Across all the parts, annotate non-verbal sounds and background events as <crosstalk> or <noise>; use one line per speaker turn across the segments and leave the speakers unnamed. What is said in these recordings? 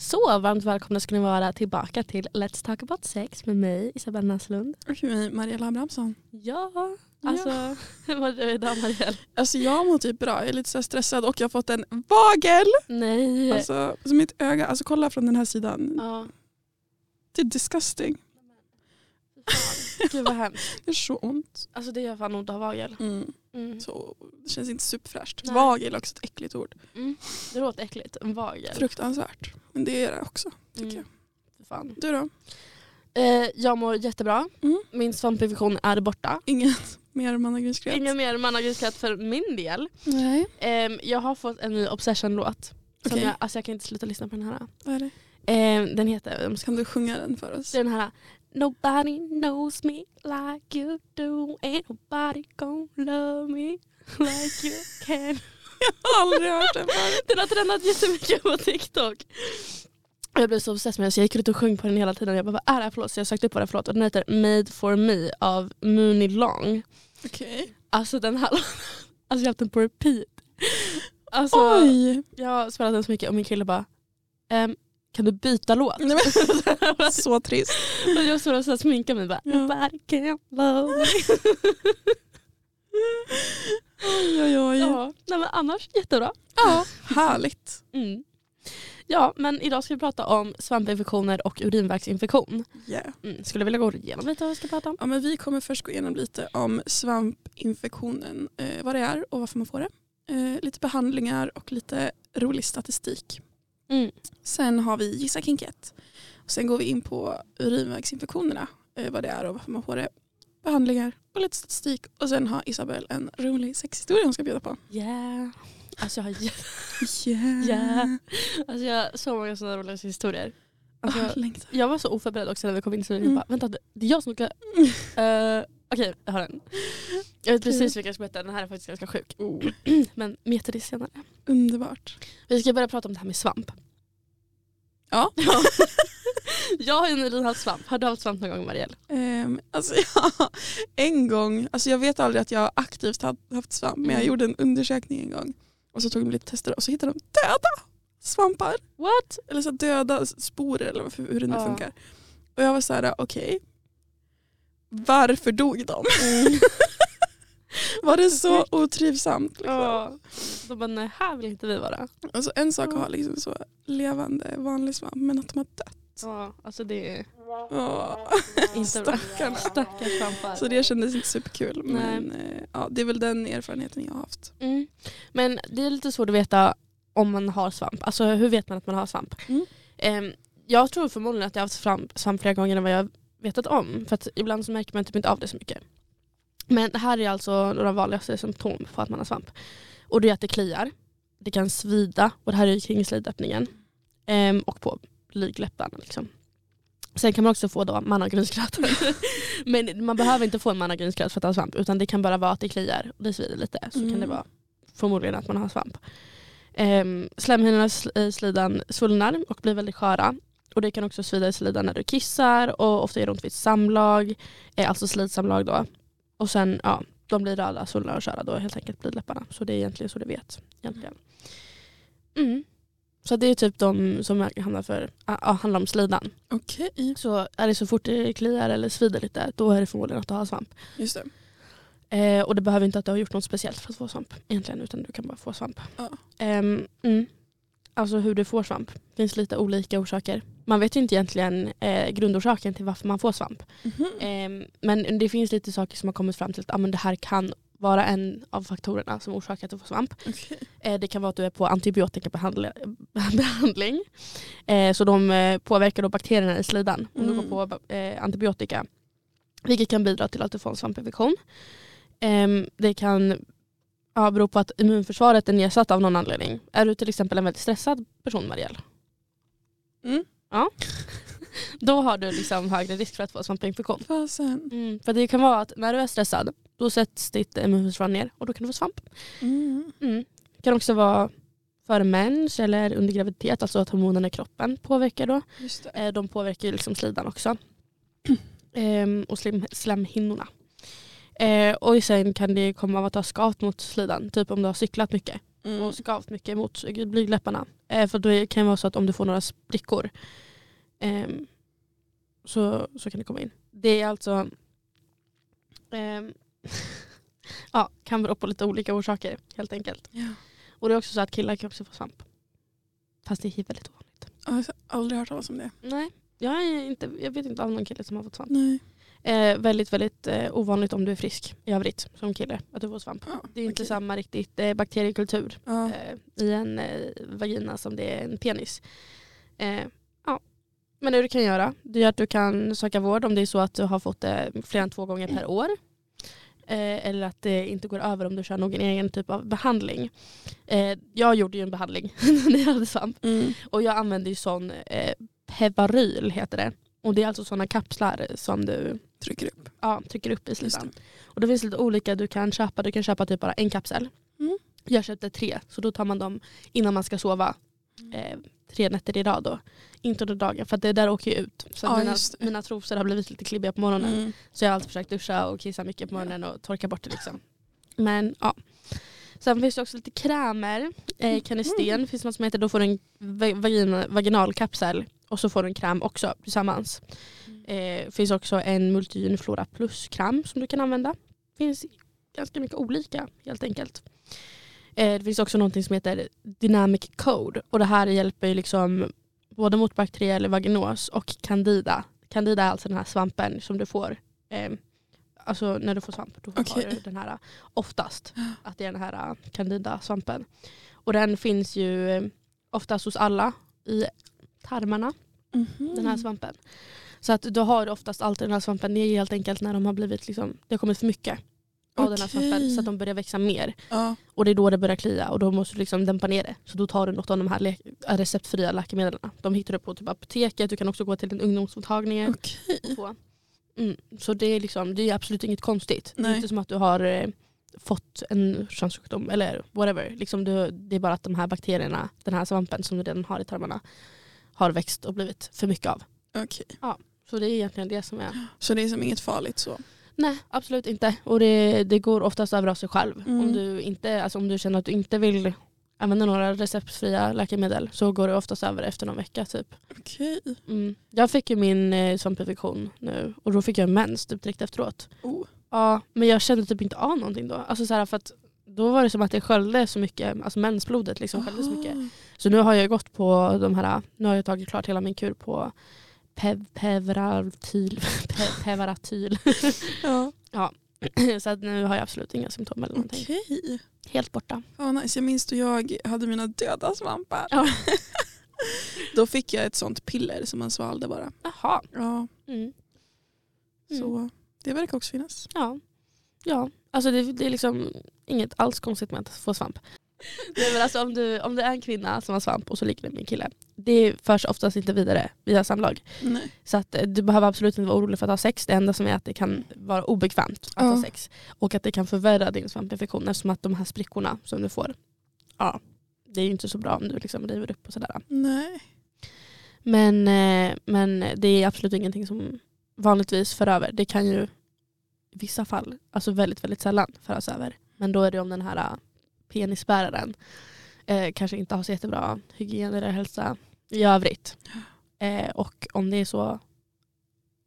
Så varmt välkomna ska ni vara tillbaka till Let's Talk About Sex med mig Isabella Näslund.
Och mig, Mariella Abrahamsson.
Ja, alltså hur mår du idag Marielle?
Alltså jag mår typ bra, jag är lite så här stressad och jag har fått en vagel.
Nej.
Alltså, så mitt öga, alltså kolla från den här sidan.
Eh. ja.
Det är disgusting.
Fan. <laughs> Gud vad hemskt.
<laughs> Det är så ont.
Alltså det gör fan ont att ha vagel. Mm.
Så, det känns inte superfräscht.
Nej.
Vagel är också ett äckligt ord.
Mm. Det låter äckligt, en vagel.
Fruktansvärt. Men det är det också. tycker jag.
Fy Fan.
Du då?
Eh, jag mår jättebra.
Mm.
Min svampinfektion är borta.
Inget mer mannagrynsgröt?
Ingen mer mannagrynskratt för min del.
Nej.
Ehm, jag har fått en ny Obsession-låt. som
Okej,
Jag, alltså jag kan inte sluta lyssna på den här.
vad är det?
Ehm, den heter, jag måste-
Kan du sjunga den för oss?
den här Nobody knows me like you do Ain't nobody gonna love me like you can
Jag har <laughs> aldrig hört den förut.
<laughs> Den har trendat jättemycket på TikTok. Och Jag blev så obsessed med den så jag gick ut och sjöng på den hela tiden. Jag bara, vad är det här för låt? Så jag sökte upp vad det är för låt och den heter Made for me av Mooney Long.
Okej.
Alltså den här <laughs> låten, alltså jag har haft den på repeat. Alltså,
Oj!
Jag har spelat den så mycket och min kille bara ehm, kan du byta låt?
Nej,
<laughs>
men, så trist.
och jag står och så här sminkar mig bara.
Ja.
Nobody can
<laughs>
love me.
Oj, oj, oj.
Ja, nej, men annars jättebra.
Ja, Härligt.
Mm. Ja men idag ska vi prata om svampinfektioner och urinvägsinfektion.
Yeah.
Mm. Skulle vilja gå igenom lite vad vi ska prata om.
Ja, men vi kommer först gå igenom lite om svampinfektionen, eh, vad det är och varför man får det. Eh, lite behandlingar och lite rolig statistik.
Mm.
Sen har vi Gissa kinkett. Och sen går vi in på urinvägsinfektionerna, eh, vad det är och varför man får det. Behandlingar och lite statistik. Och sen har Isabel en rolig sexhistoria hon ska bjuda på.
Yeah. Alltså jag har jä-
Yeah.
Yeah. alltså, jag har så många sådana roliga historier. Alltså,
Ah, längtar.
Jag var så oförberedd också när vi kom in i studion.
Mm.
Jag bara, vänta det det är jag som
<laughs>
ska... Eh, Okej, jag har den. Jag vet precis vilken jag ska berätta. Den här är faktiskt ganska sjuk. <clears throat>
Oh,
Men mer till det senare.
underbart.
Vi ska börja prata om det här med svamp.
Ja.
<laughs> Jag har ju nyligen haft svamp. Har du haft svamp någon gång Marielle?
Ehm, alltså <laughs> jag, en gång, alltså jag vet aldrig att jag aktivt har haft svamp men jag
Mm.
gjorde en undersökning en gång och så tog de lite tester och så hittade de döda svampar.
What?
Eller så här döda sporer eller varför- hur det nu
Ja.
funkar. Och jag var så här, okej. Varför dog de? <laughs>
Mm.
var det så otrivsamt?
<laughs>
Liksom?
Ja. De bara, nej här vill inte vi vara.
Alltså en sak att
Ja.
ha liksom så levande vanlig svamp men att de har dött.
Ja, alltså det är
Ja.
inte bra.
Stackarna.
Stackars svampar.
Så alltså, det kändes inte superkul.
Nej.
Men eh, ja, det är väl den erfarenheten jag har haft.
Mm. Men det är lite svårt att veta om man har svamp. Alltså hur vet man att man har svamp?
Mm.
Ehm, jag tror förmodligen att jag har haft svamp, svamp flera gånger än vad jag vetat om. För att ibland så märker man typ inte av det så mycket. Men det här är alltså några vanligaste symptom på att man har svamp. Och det är att det kliar, det kan svida och det här är ju kring slidöppningen. Ehm, och på blygdläpparna liksom. Sen kan man också få då mannagrynsgröt. <laughs> Men man behöver inte få en mannagrynsgröt för att ha svamp utan det kan bara vara att det kliar och det svider lite. Så kan det
Mm.
vara förmodligen att man har svamp. Um, Slemhinnorna i sl- i slidan svullnar och blir väldigt sköra. Och det kan också svida i slidan när du kissar och ofta gör det ont vid samlag, eh, alltså slidsamlag då. Och sen ja, de blir röda, svullna och sköra då helt enkelt blidläpparna. Så det är egentligen så du vet. Egentligen. Mm. Så det är typ de som handlar, för, ja, ja, handlar om slidan.
Okej,
Så är det så fort det kliar eller svider lite, då är det förmodligen att du har svamp.
just det.
Eh, och det behöver inte att du har gjort något speciellt för att få svamp egentligen, utan du kan bara få svamp.
Ja.
Ehm, mm. Alltså hur du får svamp. Det finns lite olika orsaker. Man vet ju inte egentligen eh, grundorsaken till varför man får svamp.
Mhm.
Ehm, men det finns lite saker som har kommit fram till att ah, men det här kan vara en av faktorerna som orsakar att du får svamp.
Okej.
Eh, Det kan vara att du är på <laughs> antibiotikabehandling. Eh, Så de eh, påverkar då bakterierna i slidan om du
Mm.
går på eh, antibiotika. Vilket kan bidra till att du får en svampinfektion. Ehm, Det kan ja, bero på att immunförsvaret är nedsatt av någon anledning. Är du till exempel en väldigt stressad person Marielle,
Mm.
då har du liksom högre risk för att få svampinfektion.
Fasen.
Mm, för det kan vara att när du är stressad då sätts ditt immunförsvar ner och då kan du få svamp.
Mm.
Mm. Det kan också vara före mens eller under graviditet, alltså att hormonerna i kroppen påverkar då.
Just det.
Eh, De påverkar ju liksom slidan också. Ehm, och slim, slemhinnorna. Eh, och sen kan det komma av att ha skavt mot slidan, typ om du har cyklat mycket.
Mm.
och skavt mycket mot blygdläpparna. Eh, för då kan det vara så att om du får några sprickor ehm, så, så kan det komma in. Det är alltså ehm, <laughs> ja, kan bero på lite olika orsaker helt enkelt.
Ja.
Och det är också så att killar kan också få svamp. Fast det är väldigt ovanligt.
Jag har aldrig hört talas om det.
Nej, jag, är inte, jag vet inte av någon kille som har fått svamp.
Nej.
Eh, väldigt väldigt eh, ovanligt om du är frisk i övrigt som kille att du får svamp.
Ja,
Det är inte
okej.
samma riktigt eh, bakteriekultur
Ja.
eh, i en eh, vagina som det är en penis. Eh, ja. Men det du kan göra det är att du kan söka vård om det är så att du har fått det fler än två gånger per år. Eh, eller att det inte går över om du kör någon egen typ av behandling. Eh, jag gjorde ju en behandling <laughs> när jag hade svamp.
Mm.
Och jag använder ju sån eh, Pevaryl heter det. Och det är alltså sådana kapslar som du
Trycker upp.
ja, trycker upp i
Just
slidan.
det.
Och det finns lite olika du kan köpa. Du kan köpa typ bara en kapsel.
Mm.
Jag köpte tre, så då tar man dem innan man ska sova.
Mm.
Eh, tre nätter i rad då. Inte under dagen, för att det där åker ju ut. Så att
Ja,
mina,
just det.
mina trosor har blivit lite klibbiga på morgonen.
Mm.
Så jag har alltid försökt duscha och kissa mycket på morgonen och torka bort det liksom. Men ja. Sen finns det också lite krämer.
Mm.
Eh, kanisten finns något som heter, då får du en va- vagina, vaginalkapsel och så får du en kräm också tillsammans.
Mm.
Eh, finns också en Multigyn Flora Plus-kräm som du kan använda. Finns ganska mycket olika helt enkelt. Eh, det finns också någonting som heter Dynamic Code och det här hjälper ju liksom både mot bakteriell vaginos och candida. Candida är alltså den här svampen som du får eh, Alltså när du får svamp, då
Okej.
har du den här eh, oftast. Att det är den här eh, candida-svampen. Och den finns ju eh, oftast hos alla i tarmarna
Mhm.
Mm-hmm. den här svampen. Så att då har du oftast alltid den här svampen. Det är helt enkelt när de har blivit liksom, det har kommit för mycket av den här
Okej.
svampen så att de börjar växa mer.
Ja.
Och det är då det börjar klia och då måste du liksom dämpa ner det. Så då tar du något av de här le- receptfria läkemedlen. De hittar du på typ apoteket, du kan också gå till en ungdomsmottagning.
Okej.
På. Mm. Så det är, liksom, det är absolut inget konstigt. Det är
Nej.
inte som att du har eh, fått en könssjukdom eller whatever. Liksom du, det är bara att de här bakterierna, den här svampen som du redan har i tarmarna har växt och blivit för mycket av.
Okej.
Så det är egentligen det som är.
Så det är som inget farligt så.
Nej, absolut inte. Och det, det går oftast över av sig själv.
Mm.
Om, du inte, alltså om du känner att du inte vill använda några receptfria läkemedel så går det oftast över efter någon vecka. Typ.
Okej.
Mm. Jag fick ju min eh, svampinfektion nu och då fick jag mens typ direkt efteråt.
Oh.
Ja, men jag kände typ inte av någonting då. Alltså så här, för att då var det som att det sköljde så mycket, alltså mensblodet liksom sköljde så mycket.
Aha.
Så nu har jag gått på de här, nu har jag tagit klart hela min kur på pev, pevratyl. <laughs> Pe, pevratyl.
Ja.
<clears throat> Så att nu har jag absolut inga symptom eller någonting.
Okej.
Helt borta.
Ja, nice. Jag minns då jag hade mina döda svampar.
Ja.
<laughs> då fick jag ett sånt piller som man svalde bara.
Jaha.
Ja,
Mm.
så det verkar också finnas.
Ja. ja. Alltså det, det är liksom inget alls konstigt med att få
<laughs>
svamp. Nej, men alltså om, du, om det är en kvinna som har svamp och så ligger det med en kille. Det förs oftast inte vidare via samlag.
Nej.
Så att eh, du behöver absolut inte vara orolig för att ha sex. Det enda som är att det kan vara obekvämt att
Ja.
ha sex. Och att det kan förvärra din svampinfektion eftersom att de här sprickorna som du får. Ja, det är ju inte så bra om du liksom river upp och sådär.
Nej.
Men, eh, men det är absolut ingenting som vanligtvis för över. Det kan ju i vissa fall, alltså väldigt väldigt sällan föras över. Men då är det om den här eh, penisbäraren eh, kanske inte har så jättebra hygien eller hälsa i övrigt. Eh, och om det är så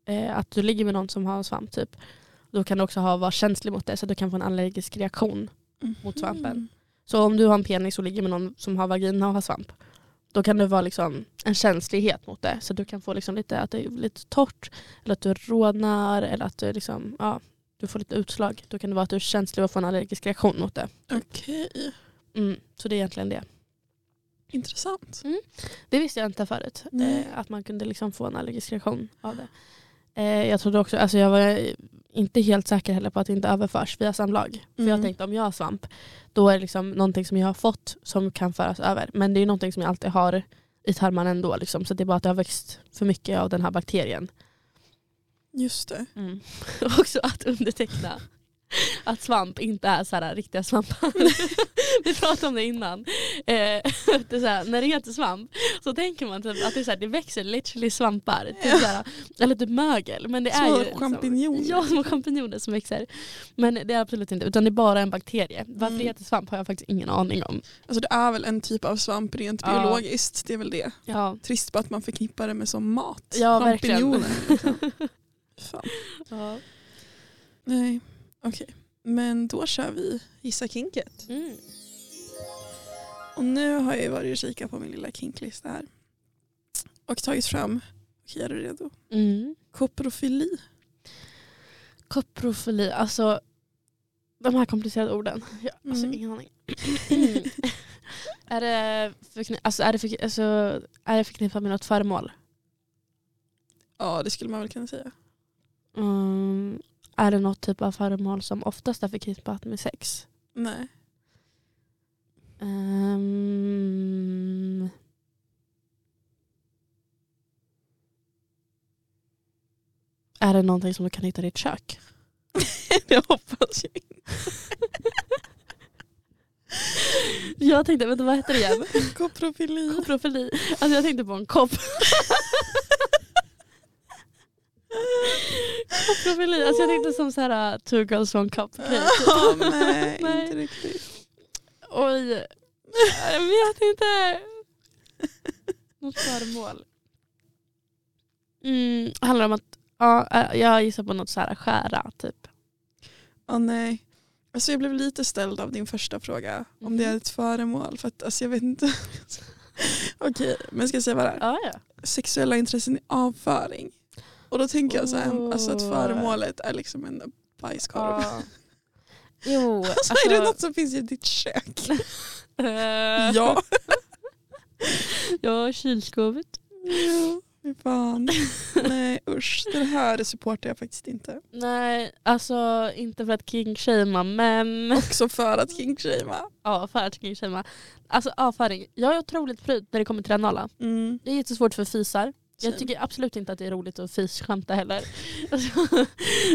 eh, att du ligger med någon som har en svamp typ, då kan du också ha, vara känslig mot det så att du kan få en allergisk reaktion Mot svampen.
Mm.
så om du har en penis och ligger med någon som har vagina och har svamp, då kan det vara liksom en känslighet mot det. Så du kan få liksom lite, att det är lite torrt, eller att du rodnar, eller att du, liksom, ja, du får lite utslag. Då kan det vara att du är känslig och får en allergisk reaktion mot det.
Okej,
Mm, så det är egentligen det.
intressant.
Det visste jag inte förut,
Nej.
eh, att man kunde liksom få en allergisk reaktion av det. Eh, jag trodde också, alltså jag var inte helt säker heller på att det inte överförs via samlag. För jag
Mm.
tänkte om jag har svamp, då är det liksom någonting som jag har fått som kan föras över. Men det är ju någonting som jag alltid har i tarmarna ändå. Liksom. Så det är bara att det har växt för mycket av den här bakterien.
Just det.
<laughs> Och också att Mm. underteckna att svamp inte är så här riktiga svampar. <laughs> Vi pratade om det innan. Eh, <laughs> att det är så här, när det heter svamp så tänker man typ att det, är så här, det växer literally svampar. Typ så här, eller typ mögel. Men det
Små
är ju
champinjoner.
Liksom, ja, små champinjoner som växer. Men det är absolut inte, utan det är bara en bakterie. Varför det
Mm.
heter svamp har jag faktiskt ingen aning om.
Alltså det är väl en typ av svamp rent
Ja.
biologiskt. Det är väl det.
Ja,
Trist bara att man förknippar det med som mat.
Ja, verkligen.
Champinjoner,
<laughs>
liksom. Fan.
ja.
Nej, okej. Men då kör vi Gissa kinket.
Mm.
Och nu har jag ju varit och kikat på min lilla kinklista här. Och tagit fram, okej är du redo?
Mm.
Koprofili.
Koprofili, alltså de här komplicerade orden. <laughs> Jag, alltså
Mm.
ingen aning. är det förkni- alltså, är det förk- alltså, är det förknippat med något föremål?
Ja det skulle man väl kunna säga.
Mm. Är det något typ av föremål som oftast är förknippat med sex?
Nej.
Ehm. Är det någonting som du kan hitta i ditt <laughs> kök?
det hoppas jag
Jag tänkte, vänta vad heter det <laughs> igen?
inte. <laughs> Koprofili.
Koprofili. Alltså jag tänkte på en <laughs> kopp. Koprofili. Alltså jag tänkte som så här two girls one cup grej. typ.
Ja,
<laughs>
nej,
Nej.
inte riktigt.
Oj. Jag vet inte. Något föremål. Mm, handlar om att ja, eh, jag gissar på något så här skära typ.
Ja, nej. Alltså jag blev lite ställd av din första fråga.
Mhm.
Om det är ett föremål. För att, alltså jag vet inte. <laughs> Okej, men ska jag säga vad det är?
Ja, ja.
Sexuella intressen i avföring. Och då tänker jag så här,
Åh.
alltså att föremålet är liksom en bajskorv.
ja.
<laughs>
Jo,
Alltså, <laughs> är det något som finns i
<laughs>
ditt kök?
eh,
ja.
Ja, kylskåpet.
ja. fy Fan. Nej usch, det här supportar jag faktiskt inte.
Nej, alltså inte för att kinkshamea men
Också för att kinkshamea.
Ja, förartryckningsschema. Alltså avföring. Jag är otroligt pryd när det kommer till det anala.
Mm.
Det är jättesvårt för fisar.
Same.
Jag tycker absolut inte att det är roligt att fisskämta heller. <laughs> Alltså,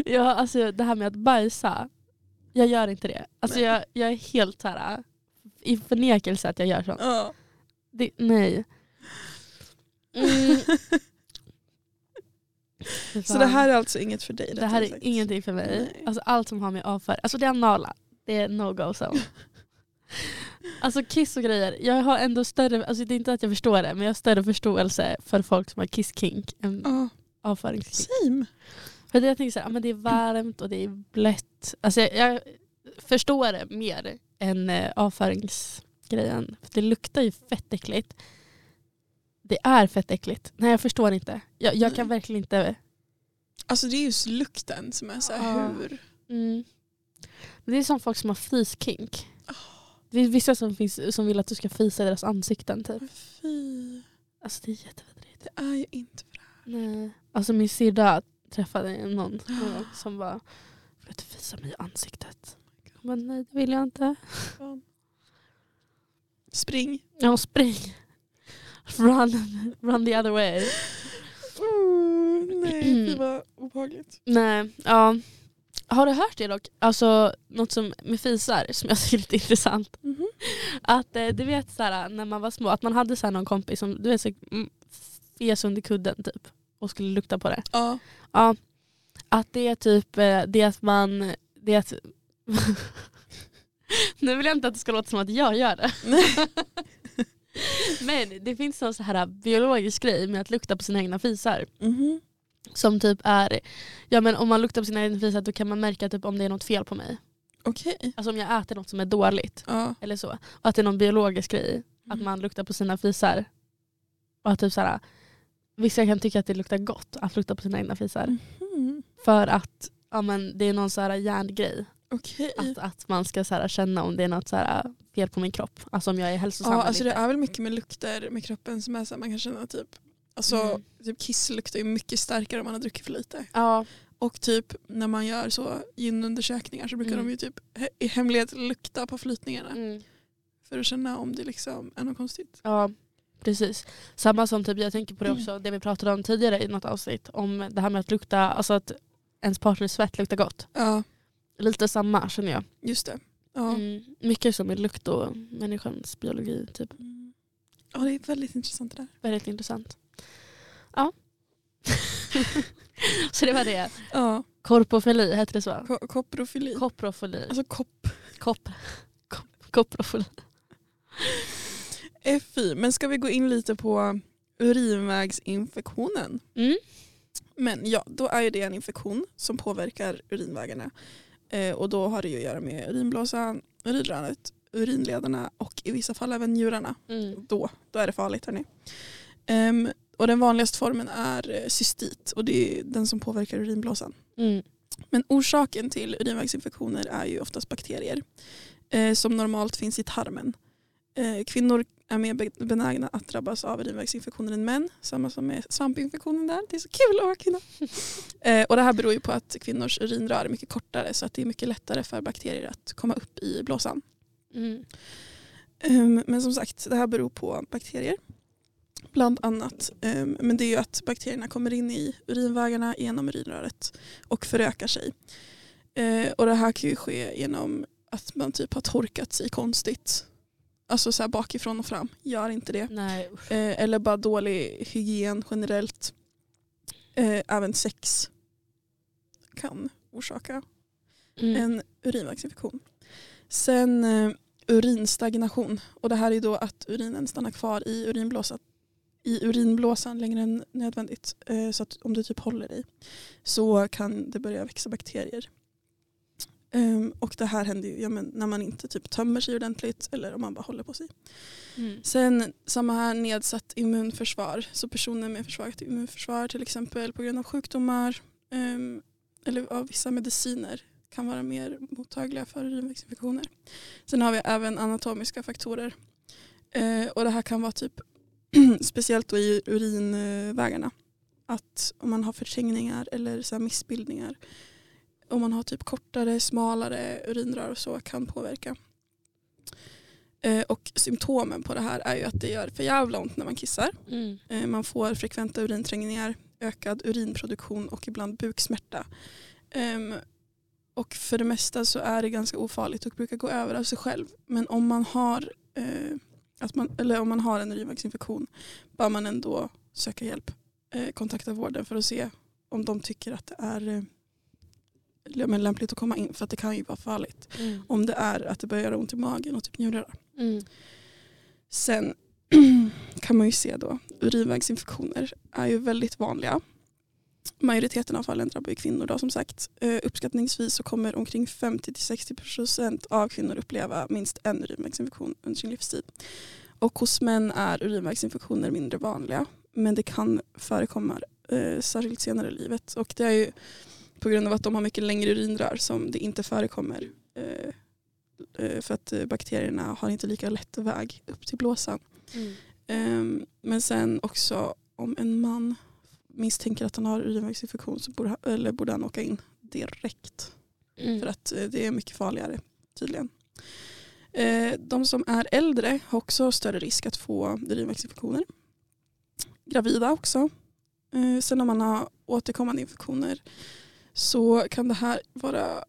ja, alltså, det här med att bajsa, jag gör inte det. Alltså,
Nej.
jag, jag är helt så här, i förnekelse att jag gör sånt.
Ja.
Det,
<laughs>
nej. Mm.
Så det här är alltså inget för dig?
det här
rättare
är
sagt.
ingenting för mig.
Nej.
Alltså, allt som har med avföring, alltså det anala, det är no-go
<laughs>
zone. Alltså kiss och grejer, jag har ändå större, alltså det är inte att jag förstår det, men jag har större förståelse för folk som har kisskink än
Ja,
avföringskink.
same.
För det jag tänker så här, ja, men det är varmt och det är blött. Alltså jag, jag förstår det mer än eh, avföringsgrejen. För det luktar ju fett äckligt. Det är fett äckligt. Nej jag förstår inte. Jag, jag kan
Nej.
verkligen inte
Alltså det är just lukten som är så här,
Ja.
hur?
Mm. Men Det är som folk som har fiskink. Det är vissa som, finns, som vill att du ska fisa i deras ansikten. Typ.
Men Fy,
Alltså det är jättevidrigt.
det är ju inte bra.
Nej. Alltså min syrra träffade någon någon gång som bara, vill du fisa mig i ansiktet? Hon bara, nej det vill jag inte.
Fan. Spring.
Ja, hon spring. Run, <laughs> run the other way.
Oh, nej,
Mm.
det var obehagligt.
Nej, ja. Har du hört det dock? Alltså något som med fisar som jag tycker är lite intressant.
Mhm.
Att eh, du vet såhär, när man var små, att man hade såhär, någon kompis som du vet, så, mm, fes under kudden typ och skulle lukta på det.
Ja.
Ja. Att det är typ eh, det att man... Det är att... <laughs> nu vill jag inte att det ska låta som att jag gör det. Men det finns någon så här biologisk grej med att lukta på sina egna fisar.
Mhm.
Som typ är, ja men om man luktar på sina egna fisar då kan man märka typ om det är något fel på mig.
Okej.
Alltså om jag äter något som är dåligt.
Ja.
Eller så. Och att det är någon biologisk grej. Att
Mm.
man luktar på sina fisar. Och att typ så här, vissa kan tycka att det luktar gott att lukta på sina egna fisar.
Mhm.
För att ja, men det är någon så här hjärngrej.
Okej.
Att, att man ska så här känna om det är något så här fel på min kropp. Alltså om jag är hälsosam.
Ja,
eller
alltså det
inte.
är väl mycket med lukter med kroppen som är så här, man kan känna typ Alltså
Mm.
typ kiss luktar ju mycket starkare om man har druckit för lite.
ja.
Och typ när man gör så ginundersökningar så brukar
Mm.
de ju typ he- i hemlighet lukta på flytningarna.
Mm.
För att känna om det liksom är något konstigt.
ja, precis. Samma som typ, jag tänker på det också, det vi pratade om tidigare i något avsnitt. Om det här med att lukta, alltså att ens partners svett luktar gott.
Ja.
Lite samma känner jag.
Just det. Ja.
Mm, mycket som är lukt och människans biologi. Typ.
Mm. ja, det är väldigt intressant det där.
Väldigt intressant. Ja. <laughs> så det var det.
Ja,
Korpofili, heter det så?
ko- koprofili.
Koprofili.
alltså kop,
Kop. Kop. Koprofili.
är Eh, fy. Men ska vi gå in lite på urinvägsinfektionen?
Mm.
Men ja, då är ju det en infektion som påverkar urinvägarna. Eh, och då har det ju att göra med urinblåsan, urinröret, urinlederna och i vissa fall även njurarna.
Mm.
Då, då är det farligt hörni. Ehm, och den vanligaste formen är eh, cystit och det är den som påverkar urinblåsan.
Mm.
Men orsaken till urinvägsinfektioner är ju oftast bakterier eh, som normalt finns i tarmen. Eh, kvinnor är mer be- benägna att drabbas av urinvägsinfektioner än män. Samma som med svampinfektionen där. Det är så kul att vara kvinna. Eh, och det här beror ju på att kvinnors urinrör är mycket kortare så att det är mycket lättare för bakterier att komma upp i blåsan.
Mm.
Ehm, Men som sagt, det här beror på bakterier. Bland annat. Ehm, Men det är ju att bakterierna kommer in i urinvägarna genom urinröret och förökar sig. Eh, Och det här kan ju ske genom att man typ har torkat sig konstigt. Alltså så här bakifrån och fram. Gör inte det.
Nej, usch.
Eh, Eller bara dålig hygien generellt. Eh, Även sex kan orsaka
Mm.
en urinvägsinfektion. Sen eh, urinstagnation. Och det här är då att urinen stannar kvar i urinblåsan, i urinblåsan längre än nödvändigt. Eh, så att om du typ håller dig så kan det börja växa bakterier. Ehm, och det här händer ju ja, men när man inte typ tömmer sig ordentligt eller om man bara håller på sig.
Mm.
Sen samma här nedsatt immunförsvar. Så personer med försvagat immunförsvar till exempel på grund av sjukdomar ehm, eller av vissa mediciner kan vara mer mottagliga för urinvägsinfektioner. Sen har vi även anatomiska faktorer. Eh, och det här kan vara typ <clears throat> speciellt då i urinvägarna. Att om man har förträngningar eller så här missbildningar. Om man har typ kortare, smalare urinrör och så kan påverka. Eh, Och symptomen på det här är ju att det gör för jävla ont när man kissar.
Mm.
Eh, Man får frekventa urinträngningar, ökad urinproduktion och ibland buksmärta. Ehm, Och för det mesta så är det ganska ofarligt och brukar gå över av sig själv. Men om man har, eh, att man, eller om man har en urinvägsinfektion bör man ändå söka hjälp. Eh, Kontakta vården för att se om de tycker att det är eh, ja, men lämpligt att komma in för att det kan ju vara farligt.
Mm.
Om det är att det börjar göra ont i magen och typ njurar.
Mm.
Sen <clears throat> kan man ju se då, urinvägsinfektioner är ju väldigt vanliga. Majoriteten av fallen drabbar ju kvinnor då som sagt. Eh, uppskattningsvis så kommer omkring 50-60% av kvinnor uppleva minst en urinvägsinfektion under sin livstid. Och hos män är urinvägsinfektioner mindre vanliga men det kan förekomma eh, särskilt senare i livet. Och det är ju på grund av att de har mycket längre urinrör som det inte förekommer eh, eh, för att eh, bakterierna har inte lika lätt väg upp till blåsan.
Mm.
Ehm, Men sen också om en man misstänker att han har urinvägsinfektion så borde, han- eller borde han åka in direkt.
Mm.
För att eh, det är mycket farligare tydligen. Eh, De som är äldre har också större risk att få urinvägsinfektioner. Gravida också. Eh, Sen om man har återkommande infektioner så kan det här vara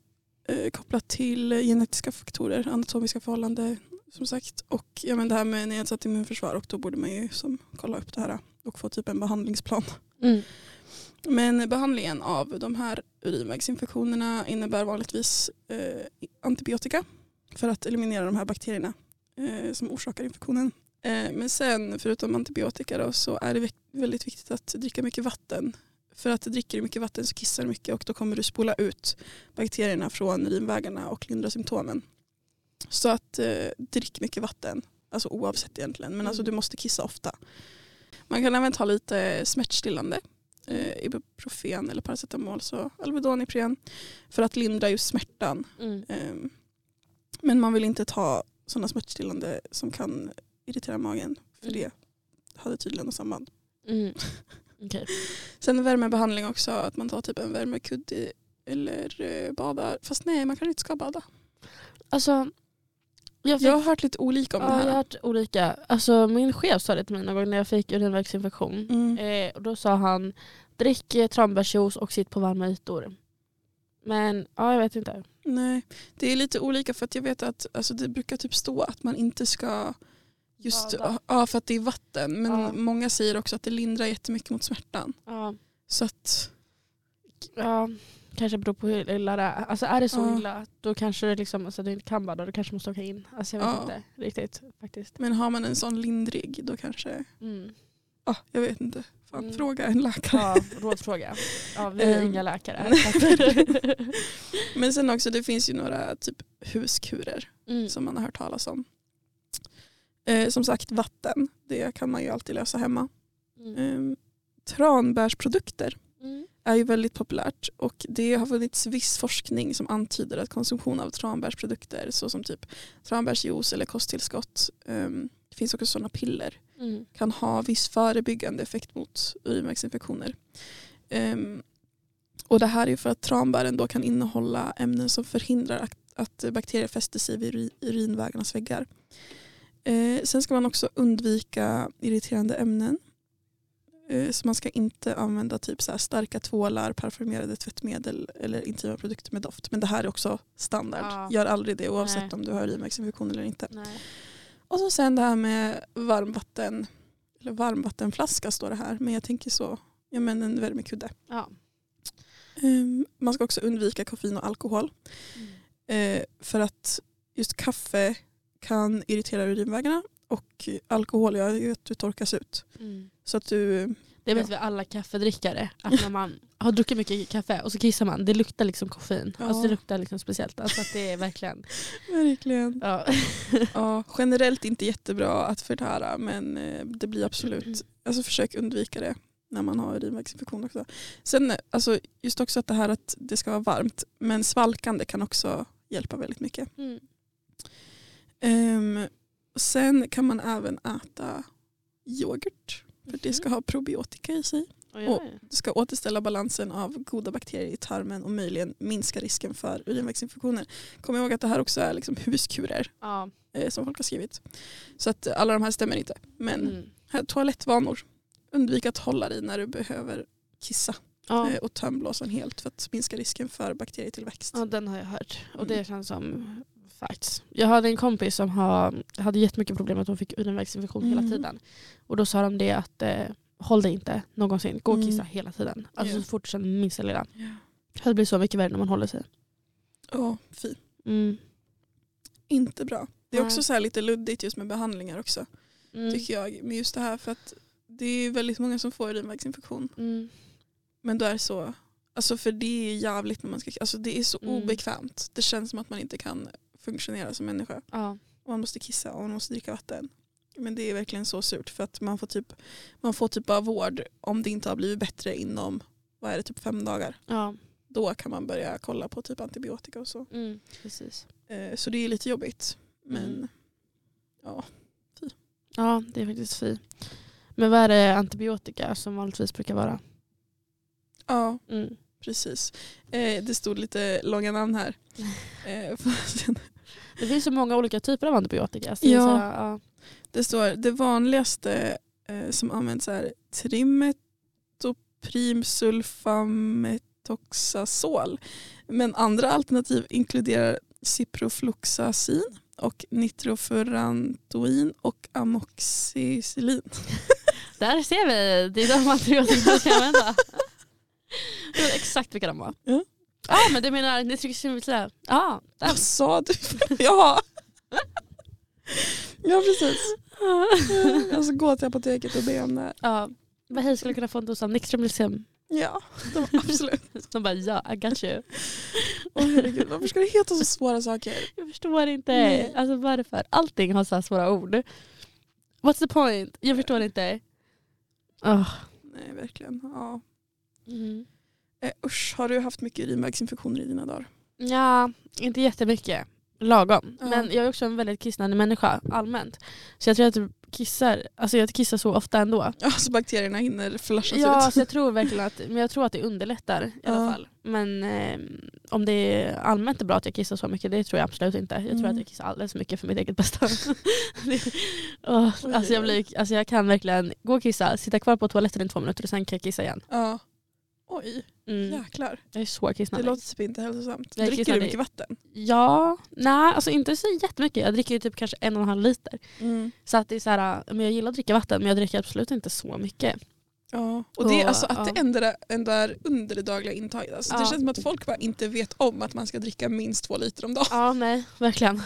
eh, kopplat till genetiska faktorer, anatomiska förhållanden som sagt och ja, men det här med nedsatt immunförsvar och då borde man ju som, kolla upp det här och få typ en behandlingsplan.
Mm.
Men behandlingen av de här urinvägsinfektionerna innebär vanligtvis eh, antibiotika för att eliminera de här bakterierna eh, som orsakar infektionen. Eh, men sen förutom antibiotika då, så är det vik- väldigt viktigt att dricka mycket vatten. För att dricker du mycket vatten så kissar du mycket och då kommer du spola ut bakterierna från urinvägarna och lindra symptomen. Så att eh, drick mycket vatten, alltså oavsett egentligen. Men alltså
Mm.
du måste kissa ofta. Man kan även ta lite smärtstillande eh, ibuprofen eller paracetamol, så Alvedon, Ipren, för att lindra just smärtan.
Mm.
Ehm, Men man vill inte ta sådana smärtstillande som kan irritera magen, för
Mm.
det hade tydligen något samband.
<laughs> Mm. Okej.
Sen värmebehandling också, att man tar typ en värmekudde eller eh, badar. Fast nej, man kanske inte ska bada.
Alltså, jag fick
Jag har hört lite olika om det
Ja, jag har
här.
hört olika. Alltså, min chef sa det till mig någon gång när jag fick urinvägsinfektion.
Mm.
Eh, och då sa han drick eh, tranbärsjuice och sitt på varma ytor. Men ja, jag vet inte.
Nej, det är lite olika för att jag vet att alltså, det brukar typ stå att man inte ska just,
Bada.
ja för att det är vatten. Men
Ja.
många säger också att det lindrar jättemycket mot smärtan.
Ja,
Så att,
ja kanske beror på hur illa det är. Alltså är det så
Ja.
illa då kanske det liksom, alltså, du inte kan bada, då kanske du måste åka in. Alltså jag vet
Ja.
inte riktigt faktiskt.
men har man en sån lindrig då kanske, <laughs>
Mm.
ah, jag vet inte. Fan,
Mm.
Fråga en läkare.
Ja, rådfråga. Ja, vi är
Ehm.
inga läkare.
<laughs> Nej.
här.
Men sen också det finns ju några typ huskurer.
Mm.
som man har hört talas om. Eh, som sagt, vatten, det kan man ju alltid lösa hemma.
Mm.
Eh, tranbärsprodukter
Mm.
är ju väldigt populärt och det har funnits viss forskning som antyder att konsumtion av tranbärsprodukter såsom typ tranbärsjuice eller kosttillskott, eh, det finns också sådana piller,
Mm.
kan ha viss förebyggande effekt mot urinvägsinfektioner. Eh, och det här är ju för att tranbären då kan innehålla ämnen som förhindrar att, att bakterier fäster sig vid uri- urinvägarnas väggar. Eh, sen ska man också undvika irriterande ämnen. Eh, så man ska inte använda typ så här starka tvålar, parfymerade tvättmedel eller intima produkter med doft. Men det här är också standard.
Ja.
Gör aldrig det oavsett
Nej.
om du har urinvägsinfektion eller inte.
Nej.
Och så sen det här med varmvatten, eller varmvattenflaska står det här, men jag tänker så, ja men en värmekudde.
Ja.
Ehm, man ska också undvika koffein och alkohol
Mm.
eh, för att just kaffe kan irritera urinvägarna och alkohol gör ju att du torkas ut.
Mm.
Så att du,
Det vet vi alla kaffedrickare, <laughs> att när man har druckit mycket kaffe och så kissar man, det luktar liksom koffein.
Ja.
Alltså det luktar liksom speciellt. Alltså att det är verkligen,
verkligen,
ja.
ja, generellt inte jättebra att förtära men eh, det blir absolut, alltså försök undvika det när man har urinvägsinfektion också. Sen eh, alltså just också att det här att det ska vara varmt men svalkande kan också hjälpa väldigt mycket.
<laughs> Mm.
Ehm, sen kan man även äta yoghurt. För
Mm.
det ska ha probiotika i sig.
Oj, oj.
Det ska återställa balansen av goda bakterier i tarmen och möjligen minska risken för urinvägsinfektioner. Kom ihåg att det här också är liksom huskurer
Ja.
eh, som folk har skrivit. Så att alla de här stämmer inte. Men
Mm.
här, toalettvanor. Undvik att hålla dig när du behöver kissa
Ja.
eh, och tömblåsan helt för att minska risken för bakterietillväxt.
ja, den har jag hört. Och
Mm.
det känns som facts. Jag hade en kompis som har, hade jättemycket problem med att hon fick urinvägsinfektion hela
Mm.
tiden. Och då sa de det att eh, håll dig inte någonsin, gå och kissa
Mm.
hela tiden. Alltså
Ja.
så fort som minsta lilla.
Ja,
Det blir så mycket värre när man håller sig.
Ja, fy.
Mm.
Inte bra. Det är
Nej.
också så här lite luddigt just med behandlingar också.
Mm.
tycker jag. Men just det här för att det är väldigt många som får urinvägsinfektion.
Mm.
Men då är det så, alltså för det är jävligt när man ska, alltså det är så
Mm.
obekvämt. Det känns som att man inte kan funktionera som människa.
Ja.
Och Man måste kissa och man måste dricka vatten. Men det är verkligen så surt för att man får typ, man får typ av vård om det inte har blivit bättre inom, vad är det, typ fem dagar.
ja.
Då kan man börja kolla på typ antibiotika och så.
Mm. Precis.
Eh, så det är lite jobbigt. Men
Mm.
ja,
Ja, det är faktiskt fi. Men vad är det antibiotika som vanligtvis brukar vara?
ja
Mm.
Precis. Eh, det stod lite långa namn här. Eh, <laughs> på den.
Det finns så många olika typer av antibiotika. Så det är
Ja.
Så här, ja.
det står det vanligaste eh, som används är trimetoprimsulfametoxazol. Men andra alternativ inkluderar ciprofloxacin och nitrofurantoin och amoxicillin.
Där ser vi, det är de <laughs> antibiotika man ska använda. Jag vet exakt vilka de var.
Ja.
Ja men du menar nitroglycerin? Ja, <laughs> där.
Vad sa du? <laughs> ja. ja, precis. Alltså gå till apoteket och be om det. här.
ja. Vad hej skulle kunna få en dos av nitroglycerin?
Ja, det var absolut.
De bara ja, I got you.
Åh herregud, varför ska det heta så svåra saker?
Jag förstår inte.
Nej.
Alltså varför? Allting har så här svåra ord. What's the point? Jag förstår inte. Oh.
Nej, verkligen. Ja.
Mm.
Eh, usch, har du haft mycket urinvägsinfektioner i dina dagar? <laughs>
Ja, inte jättemycket. Lagom.
Ja.
Men jag är också en väldigt kissnödig människa allmänt. Så jag tror att jag kissar, alltså jag kissar så ofta ändå.
Ja, så Alltså, bakterierna hinner flashas
Ja, alltså-
ut.
så jag tror verkligen att, men jag tror att det underlättar i alla
Ja.
fall. Men eh, om det är allmänt bra att jag kissar så mycket, det tror jag absolut inte. Jag tror
Mm.
att jag kissar alldeles för mycket för mitt eget
<laughs>
bästa. <laughs> Det- Åh,
Oj,
alltså, jag
oj,
blir, alltså jag kan verkligen gå och kissa, sitta kvar på toaletten i två minuter och sen kan jag kissa igen.
Ja. Oj,
Mm.
jäklar.
Jag är så
Det
kissnödig.
låter typ inte hälsosamt.
Jag är
Dricker du
kissnödig.
mycket vatten?
Ja, nej alltså inte så jättemycket. Jag dricker ju typ kanske en och en halv liter. Så att det är så här, äh, men jag gillar att dricka vatten men jag dricker absolut inte så mycket.
Ja. Och det är
Och,
alltså att det
ja.
ändrar, ändrar under det dagliga intaget. Alltså Det
Ja.
känns som att folk bara inte vet om att man ska dricka minst två liter om dagen.
Ja nej, verkligen.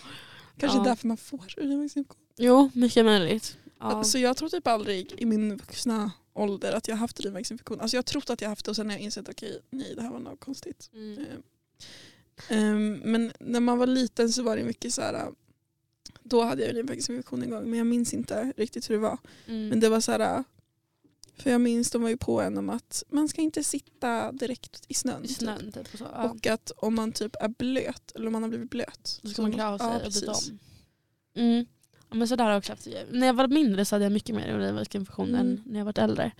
<laughs> Kanske
Ja.
därför man får urinvägsinfektion.
Jo, mycket möjligt. Ja.
Så jag tror typ aldrig i min vuxna ålder att jag haft urinvägsinfektion. Alltså jag har trott att jag haft det och sen har jag insett okej, nej det här var något konstigt.
Mm.
Eh, Ehm, men när man var liten så var det mycket så här. Då hade jag urinvägsinfektion en gång men jag minns inte riktigt hur det var. Men
Mm.
det var så här. För jag minns de var ju på en om att man ska inte sitta direkt i snön.
I
typ.
snön typ och så. Ja.
Och att om man typ är blöt eller om man har blivit blöt.
Då
så
ska man klä av sig
ja,
och byta
precis.
om. Mm. Ja, men sådär har jag också haft. När jag var mindre så hade jag mycket mer urinvägsinfektion
Mm.
än när jag var äldre.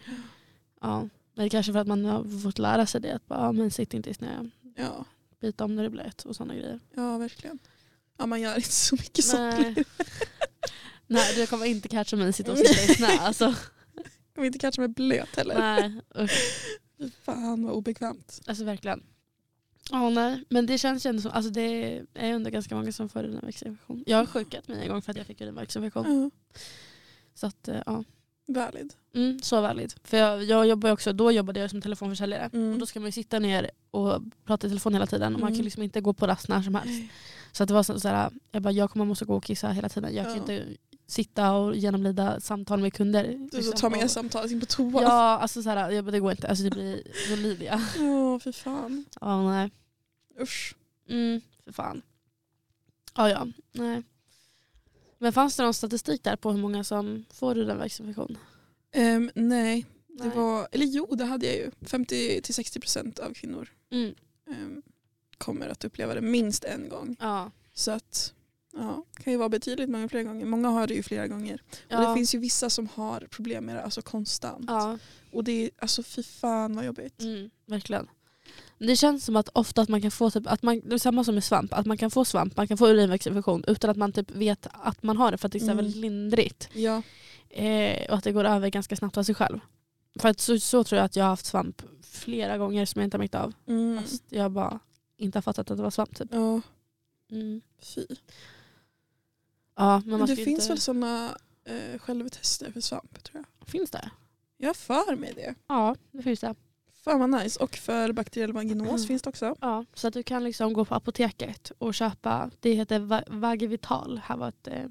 Ja. Men det är kanske för att man har fått lära sig det. Att bara, ja, men sitt inte i snö,
Ja,
byt om när det är blött och sådana grejer.
ja, verkligen. Ja, man gör inte så mycket sånt. <laughs>
Nej. <laughs> Nej, du kommer inte catcha mig <laughs> sitta och sitta i snö. Alltså,
Jag vill inte kanske med blöt heller.
nej, usch.
Fy Fan vad obekvämt.
alltså verkligen. Ja, nej. Men det känns ju ändå som, alltså det är ändå ganska många som får urinvägsinfektion. Jag har sjukat mig en gång för att jag fick urinvägsinfektion.
Ja,
Så att, eh, ja.
valid.
Mm, så valid. För jag, jag jobbar ju också, då jobbade jag som telefonförsäljare.
Mm.
Och då ska man ju sitta ner och prata i telefon hela tiden. Och man
Mm.
kan ju liksom inte gå på rast när som helst. Så att det var så så här, jag bara jag kommer måste gå och kissa hela tiden. Jag kan
Ja.
ju inte sitta och genomlida samtal med kunder.
Du får
liksom.
ta med
Och-
samtalet in på toa. Ja,
Ja, alltså så här, jag bara, det går inte. Alltså det blir så lider jag.
fy fan.
Ja, nej.
Usch.
Mm, för fan. Ja, ja. Nej. Men fanns det någon statistik där på hur många som får urinvägsinfektion?
Ehm, nej, det
Nej.
var, eller jo det hade jag ju. 50-60% av kvinnor
Mm,
ehm, kommer att uppleva det minst en gång.
ja.
Så att ja, det kan ju vara betydligt många fler gånger. Många har det ju flera gånger. Och det
Ja.
finns ju vissa som har problem med det alltså konstant.
ja.
Och det är alltså fy fan vad jobbigt.
Mm, verkligen. Men Det känns som att ofta att man kan få, typ, att man, det är samma som med svamp, att man kan få svamp, man kan få urinvägsinfektion utan att man typ vet att man har det för att det är så här
Mm.
väldigt lindrigt.
Ja.
Eh, och att det går över ganska snabbt av sig själv. För att så, så tror jag att jag har haft svamp flera gånger som jag inte har märkt av.
Mm.
Fast jag bara inte har fattat att det var svamp typ.
Ja,
Mm.
fy.
Ja, men man
Men det
ska ju
finns
inte...
väl sådana eh, självtester för svamp tror jag.
Finns det?
Jag har för mig det.
Ja, det finns det.
Fan vad nice. Och för bakteriell vaginos
Mm.
finns det också.
Ja, så att du kan liksom gå på apoteket och köpa, det heter Va- Vagivital, här var ett, eh,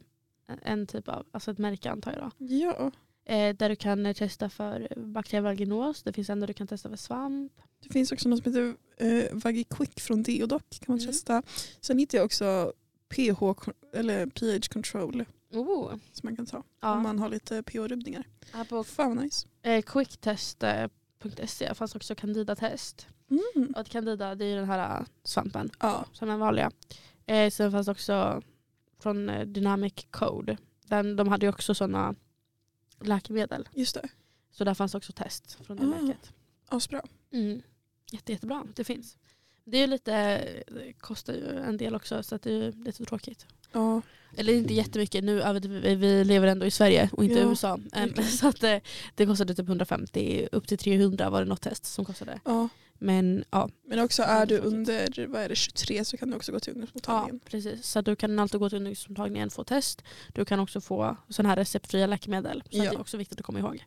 en typ av, alltså ett märke antar jag då.
Ja.
Eh, där du kan eh, testa för bakteriell vaginos. Det finns en där du kan testa för svamp.
Det finns också något som heter eh, Vagiquick från Deodoc. Kan man
Mm.
testa. Sen hittade jag också pH eller pH control
Oh.
som man kan ta
Ja.
om man har lite pH-rubbningar.
Här på
Fan vad nice.
eh, quicktest.se fanns också Candida-test.
Mm.
Och att Candida det är ju den här eh, svampen
Ja.
som är vanliga. Eh, sen fanns också från eh, Dynamic Code. Den, de hade ju också sådana läkemedel.
just det.
Så där fanns också test från det
Ah.
märket.
Asbra.
Mm. Jätte, jättebra att det finns. Det är ju lite, det kostar ju en del också så att det är ju lite tråkigt.
Ja.
Eller inte jättemycket, nu överdriver vi, vi lever ändå i Sverige och inte i
Ja,
USA. Ehm, <laughs>
verkligen.
Så att eh, det kostade typ 150, upp till 300 var det något test som kostade.
ja.
Men ja,
Men också
Ja,
är du
tråkigt.
under vad är det, 23 så kan du också gå till
ja
ungdomsmottagningen.
precis. Så att du kan alltid gå till ungdomsmottagningen och få test. Du kan också få sådana här receptfria läkemedel. Så
Ja.
att det är också viktigt att komma ihåg.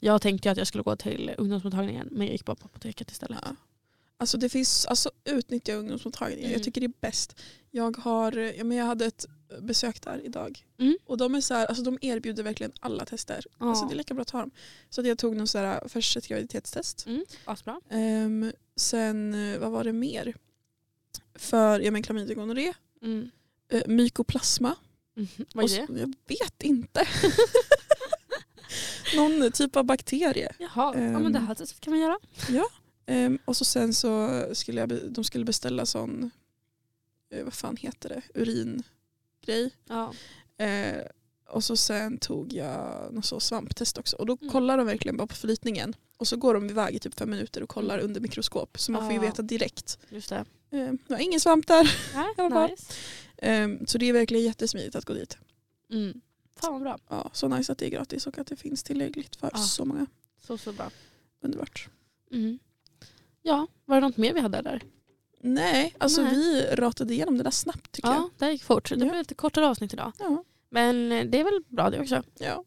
Jag tänkte ju att jag skulle gå till ungdomsmottagningen men jag gick bara på apoteket istället.
Ja. Alltså det finns, alltså utnyttja ungdomsmottagningen.
Mm.
Jag tycker det är bäst. Jag, har, ja, men jag hade ett besök där idag.
Mm.
Och de, är så här, alltså de erbjuder verkligen alla tester.
Ja.
Alltså det är lika bra att ta dem. Så att jag tog någon så här först ett graviditetstest.
mm, asbra.
Ehm, sen eh, vad var det mer? För ja, men klamydia, gonorré,
Mm.
eh, mykoplasma.
Mm. Vad är det?
Och så- jag vet inte. <laughs> någon typ av bakterie.
Jaha, ja, men det här testet kan man göra.
Ehm, och så sen så skulle jag, be- de skulle beställa sån, eh, vad fan heter det, uringrej.
Ja.
Eh, och så sen tog jag något så svamptest också. Och då
Mm.
kollar de verkligen bara på förlikningen. Och så går de iväg i typ fem minuter och kollar
Mm.
under mikroskop. Så man får ju
Ah.
veta direkt.
Just det.
Eh, det var ingen svamp där. alla
Nej,
fall.
nice.
Ehm, så det är verkligen jättesmidigt att gå dit.
Mm. Fan vad bra.
Ja, så nice att det är gratis och att det finns tillgängligt för
Ah.
så många.
Så så bra.
Underbart.
Mm. Ja, var det något mer vi hade där?
Nej, alltså
Nej.
vi ratade igenom det där snabbt tycker
Ja, det gick fort. Det
Ja.
blev lite kortare avsnitt idag.
jag. Ja.
Men eh, det är väl bra det <laughs> också.
Ja.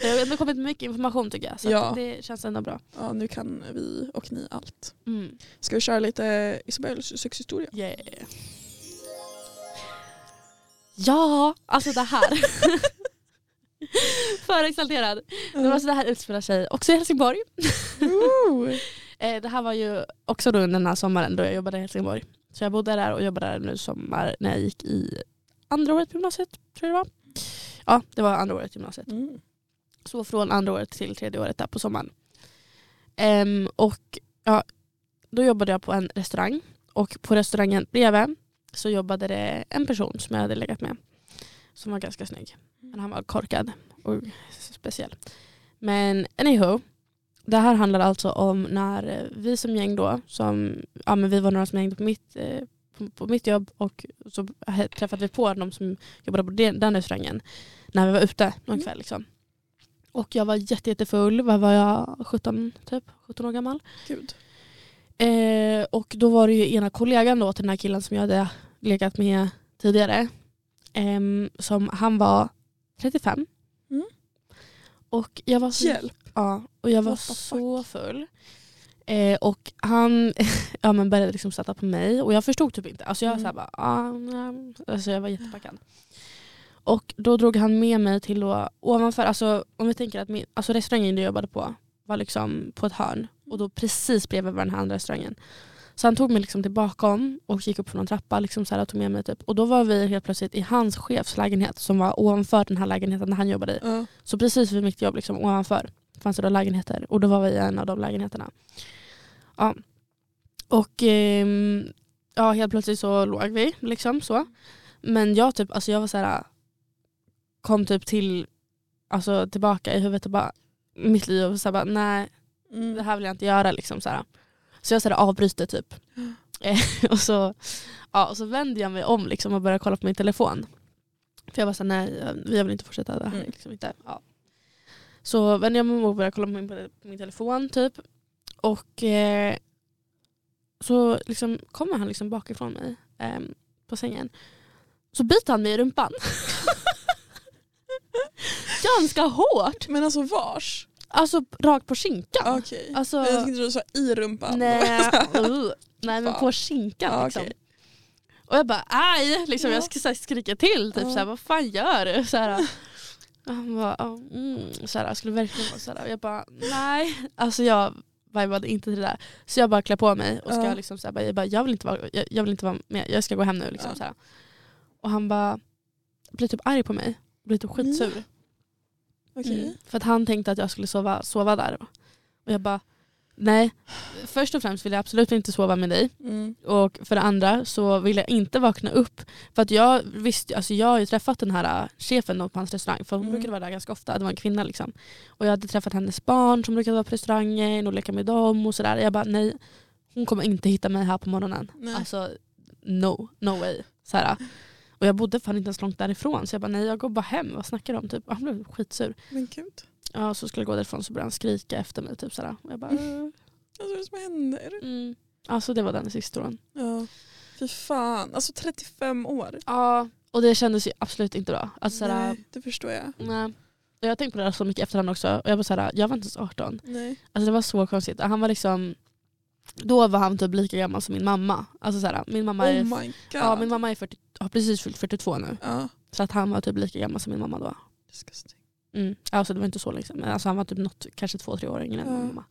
Det har ändå kommit mycket information tycker jag. Så
Ja.
att det känns ändå bra.
ja, nu kan vi och ni allt.
Mm.
Ska vi köra lite Isabells sexhistoria?
Yeah. Ja, alltså det
<laughs>
här. <laughs> För exalterad. Det var så det här utspelar sig också i Helsingborg.
Ooh.
Eh, det här var ju också då under den här sommaren då jag jobbade i Helsingborg. Så jag bodde där och jobbade där nu sommar när jag gick i andra året på gymnasiet. Tror jag det var. Ja, det var andra året på gymnasiet.
Mm.
Så från andra året till tredje året där på sommaren. Ehm, och ja, då jobbade jag på en restaurang och på restaurangen bredvid så jobbade det en person som jag hade legat med som var ganska snygg. Men han var korkad och speciell. Men anyhow, det här handlar alltså om när eh, vi som gäng då, som, ja, men vi var några som hängde på mitt, eh, på, på mitt jobb och så he- träffade vi på de som jobbade på den, den restaurangen när vi var ute någon
Mm.
kväll. Liksom. Och jag var jätte, jättefull, vad var jag, 17, typ, 17 år gammal.
Gud.
Eh, och då var det ju ena kollegan då till den här killen som jag hade legat med tidigare. ehm, som han var 35.
Mm.
Och jag var så,
Hjälp.
ja, och jag var
What the
så full. Eh, och han <laughs> ja, men började liksom sätta på mig och jag förstod typ inte. Alltså jag,
Mm.
så här bara, ah, nej. alltså jag var jättepackad. Och då drog han med mig till då, ovanför, alltså, om vi tänker att min, alltså restaurangen jag jobbade på var liksom på ett hörn och då precis bredvid var den här andra restaurangen. Så han tog mig liksom till bakom och gick upp för någon trappa liksom så här, och tog med mig. Typ. Och då var vi helt plötsligt i hans chefslägenhet som var ovanför den här lägenheten där han jobbade i.
Ja.
Så precis vid mitt jobb liksom, ovanför fanns det då lägenheter och då var vi i en av de lägenheterna. Ja. Och ehm, ja, helt plötsligt så låg vi. liksom så. Men jag typ, alltså jag var så här kom typ till, alltså tillbaka i huvudet och bara mitt liv och så här bara nej
Mm.
det här vill jag inte göra. Liksom, så, här. så jag så här, avbryter typ.
Mm.
Eh, <laughs> och, så, ja, och så vänder jag mig om liksom, och börjar kolla på min telefon. För jag var såhär, nej jag- jag vill inte fortsätta det här.
Mm.
Liksom, inte. Ja. Så vänder jag mig om och börjar kolla på min, på min telefon typ. Och eh, så liksom, kommer han liksom bakifrån mig eh, på sängen. Så biter han mig i rumpan. <laughs> Ganska hårt.
Men alltså vars?
Alltså rakt på skinkan.
Okej.
Alltså-
Men Jag tänkte du sa i rumpan. <laughs>
Nej, uh, <laughs> nej men
Fan.
på skinkan
Ja,
liksom.
okej.
Och jag bara aj, liksom,
Ja.
jag sk- så här skriker till typ
Ja.
såhär, vad fan gör du? Så
<laughs>
här, och han bara, "Ja, mm, så här, jag skulle verkligen vara såhär. Och jag bara nej, alltså jag vibade inte till det där. Så jag bara klär på mig och ska
Ja.
liksom så här, bara, jag, bara, jag, vill inte vara, jag, jag vill inte vara med, jag ska gå hem nu. Liksom,
Ja.
så här. Och han bara blir typ arg på mig, blir typ skitsur.
Okej.
Mm. För att han tänkte att jag skulle sova, sova där. Och jag bara, nej. Först och främst vill jag absolut inte sova med dig.
Mm.
Och för det andra så vill jag inte vakna upp. För att jag visste, alltså jag har ju träffat den här äh, chefen då på hans restaurang. För hon
Mm.
brukade vara där ganska ofta. Det var en kvinna liksom. Och jag hade träffat hennes barn som brukade vara på restaurangen och leka med dem och sådär. Jag bara, nej. Hon kommer inte hitta mig här på morgonen.
Nej.
Alltså no, no way. Så här. Och jag bodde fan inte ens långt därifrån. Så jag bara, nej jag går bara hem. Vad snackar de om? Typ. Och Han blev skitsur.
Men gud.
Ja, så skulle jag gå därifrån så började han skrika efter mig. Typ sådär. Och jag bara,
Alltså vad är det som händer?
mm. Alltså det var den historien.
Ja. Fy fan. Alltså 35 år.
Ja, och det kändes ju absolut inte bra. Alltså, sådär, nej.
Nej, det förstår jag.
Och Jag har tänkt på det här så mycket i efterhand också. Och jag, bara, såhär, jag var inte ens 18.
Nej.
Alltså det var så konstigt. Han var liksom, då var han typ lika gammal som min mamma. Alltså såhär, min mamma är,
Oh my god.
ja, min mamma är 40, har precis fyllt 42 nu.
Ja.
Så att han var typ lika gammal som min mamma då.
Disgusting.
Mm. Alltså det var inte så länge sedan. Men alltså han var typ något, kanske två, tre år yngre än
Ja.
min mamma.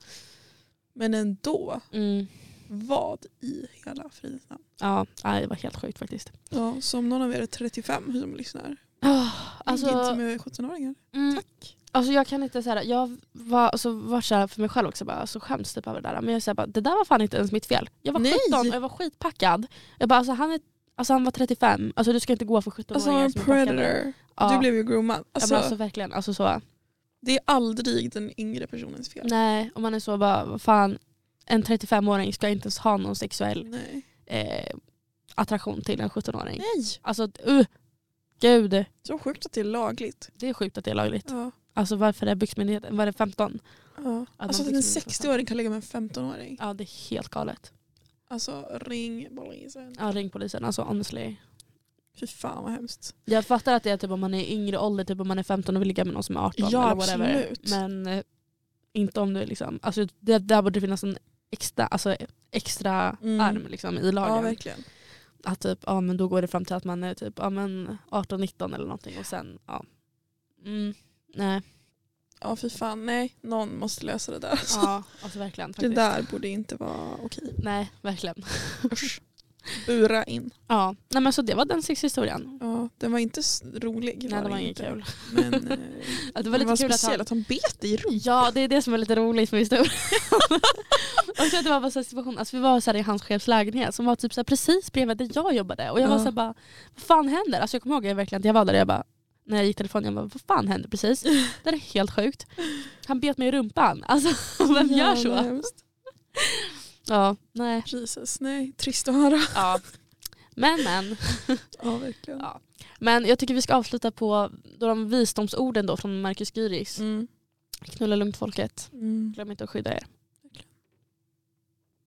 Men ändå.
Mm.
Vad i hela fridens namn?
Ja, nej, det var helt sjukt faktiskt.
Ja, så om någon av er är 35 som lyssnar.
Oh,
Alltså... Inte med 17-åringar.
Mm.
Tack.
Alltså jag kan inte säga jag var alltså, var så här för mig själv också bara så skäms typ över det där men jag säger bara det där var fan inte ens mitt fel. Jag var
Nej.
17 och jag var skitpackad. Jag bara alltså han är alltså han var 35. Alltså du ska inte gå för 17
Alltså en predator.
Ja.
Du blev ju groomad.
Alltså,
Alltså,
ja, men alltså verkligen alltså så.
Det är aldrig den yngre personens fel.
Nej, om man är så bara vad fan en 35-åring ska inte ens ha någon sexuell
Nej.
eh, attraktion till en 17-åring.
Nej.
Alltså uh, gud, det
Så sjukt att det är lagligt.
är sjukt att det är lagligt.
Ja.
Alltså varför är byxmyndigheten, var det 15? Ja.
Alltså att en 60-åring kan ligga med en 15-åring.
Ja det är helt galet.
Alltså ring polisen.
Ja, ring polisen, alltså honestly.
Fy fan vad hemskt.
Jag fattar att det är typ om man är yngre ålder, typ om man är 15 och vill ligga med någon som är 18
Ja,
eller whatever.
absolut.
Men eh, inte om du är liksom, alltså det, där borde finnas en extra, alltså, extra
Mm.
arm liksom, i lagen.
Ja verkligen.
att typ, ja, men då går det fram till att man är typ ja, men 18-19 eller någonting och sen ja. Mm,
<laughs>
nej,
Ja fy fan nej. Någon måste lösa <laughs> det där. alltså.
ja, alltså verkligen.
det
Faktiskt.
där borde inte vara okej.
Nej, verkligen.
Usch. Bura in.
Ja, nej, men så det var den sexhistorien.
Ja, den var inte s- rolig.
Nej, det var
den
inget
inte.
kul.
<laughs> Men eh,
Att det
det
var
var,
lite kul att
speciellt
han,
att han bet i rummet.
Ja, det är det som är lite roligt med historien.
<laughs>
och så att det var bara så här situation, alltså vi var så här i hans chefs lägenhet som var typ så här precis bredvid där jag jobbade och jag var
Ja.
så här bara, vad fan händer? Alltså jag kommer ihåg jag verkligen att jag var där och jag bara, när jag gick telefonen, jag bara, vad fan händer precis? Det här är helt sjukt. Han bet mig i rumpan. Alltså <laughs> vem gör
Jävla
så?
hemskt.
Ja, nej.
Jesus, nej. Trist att höra.
Ja. Men men.
Ja, verkligen.
Ja. Men jag tycker vi ska avsluta på då de visdomsorden då från Marcus Gyris.
Mm.
Knulla lugnt folket.
Mm.
Glöm inte att skydda er.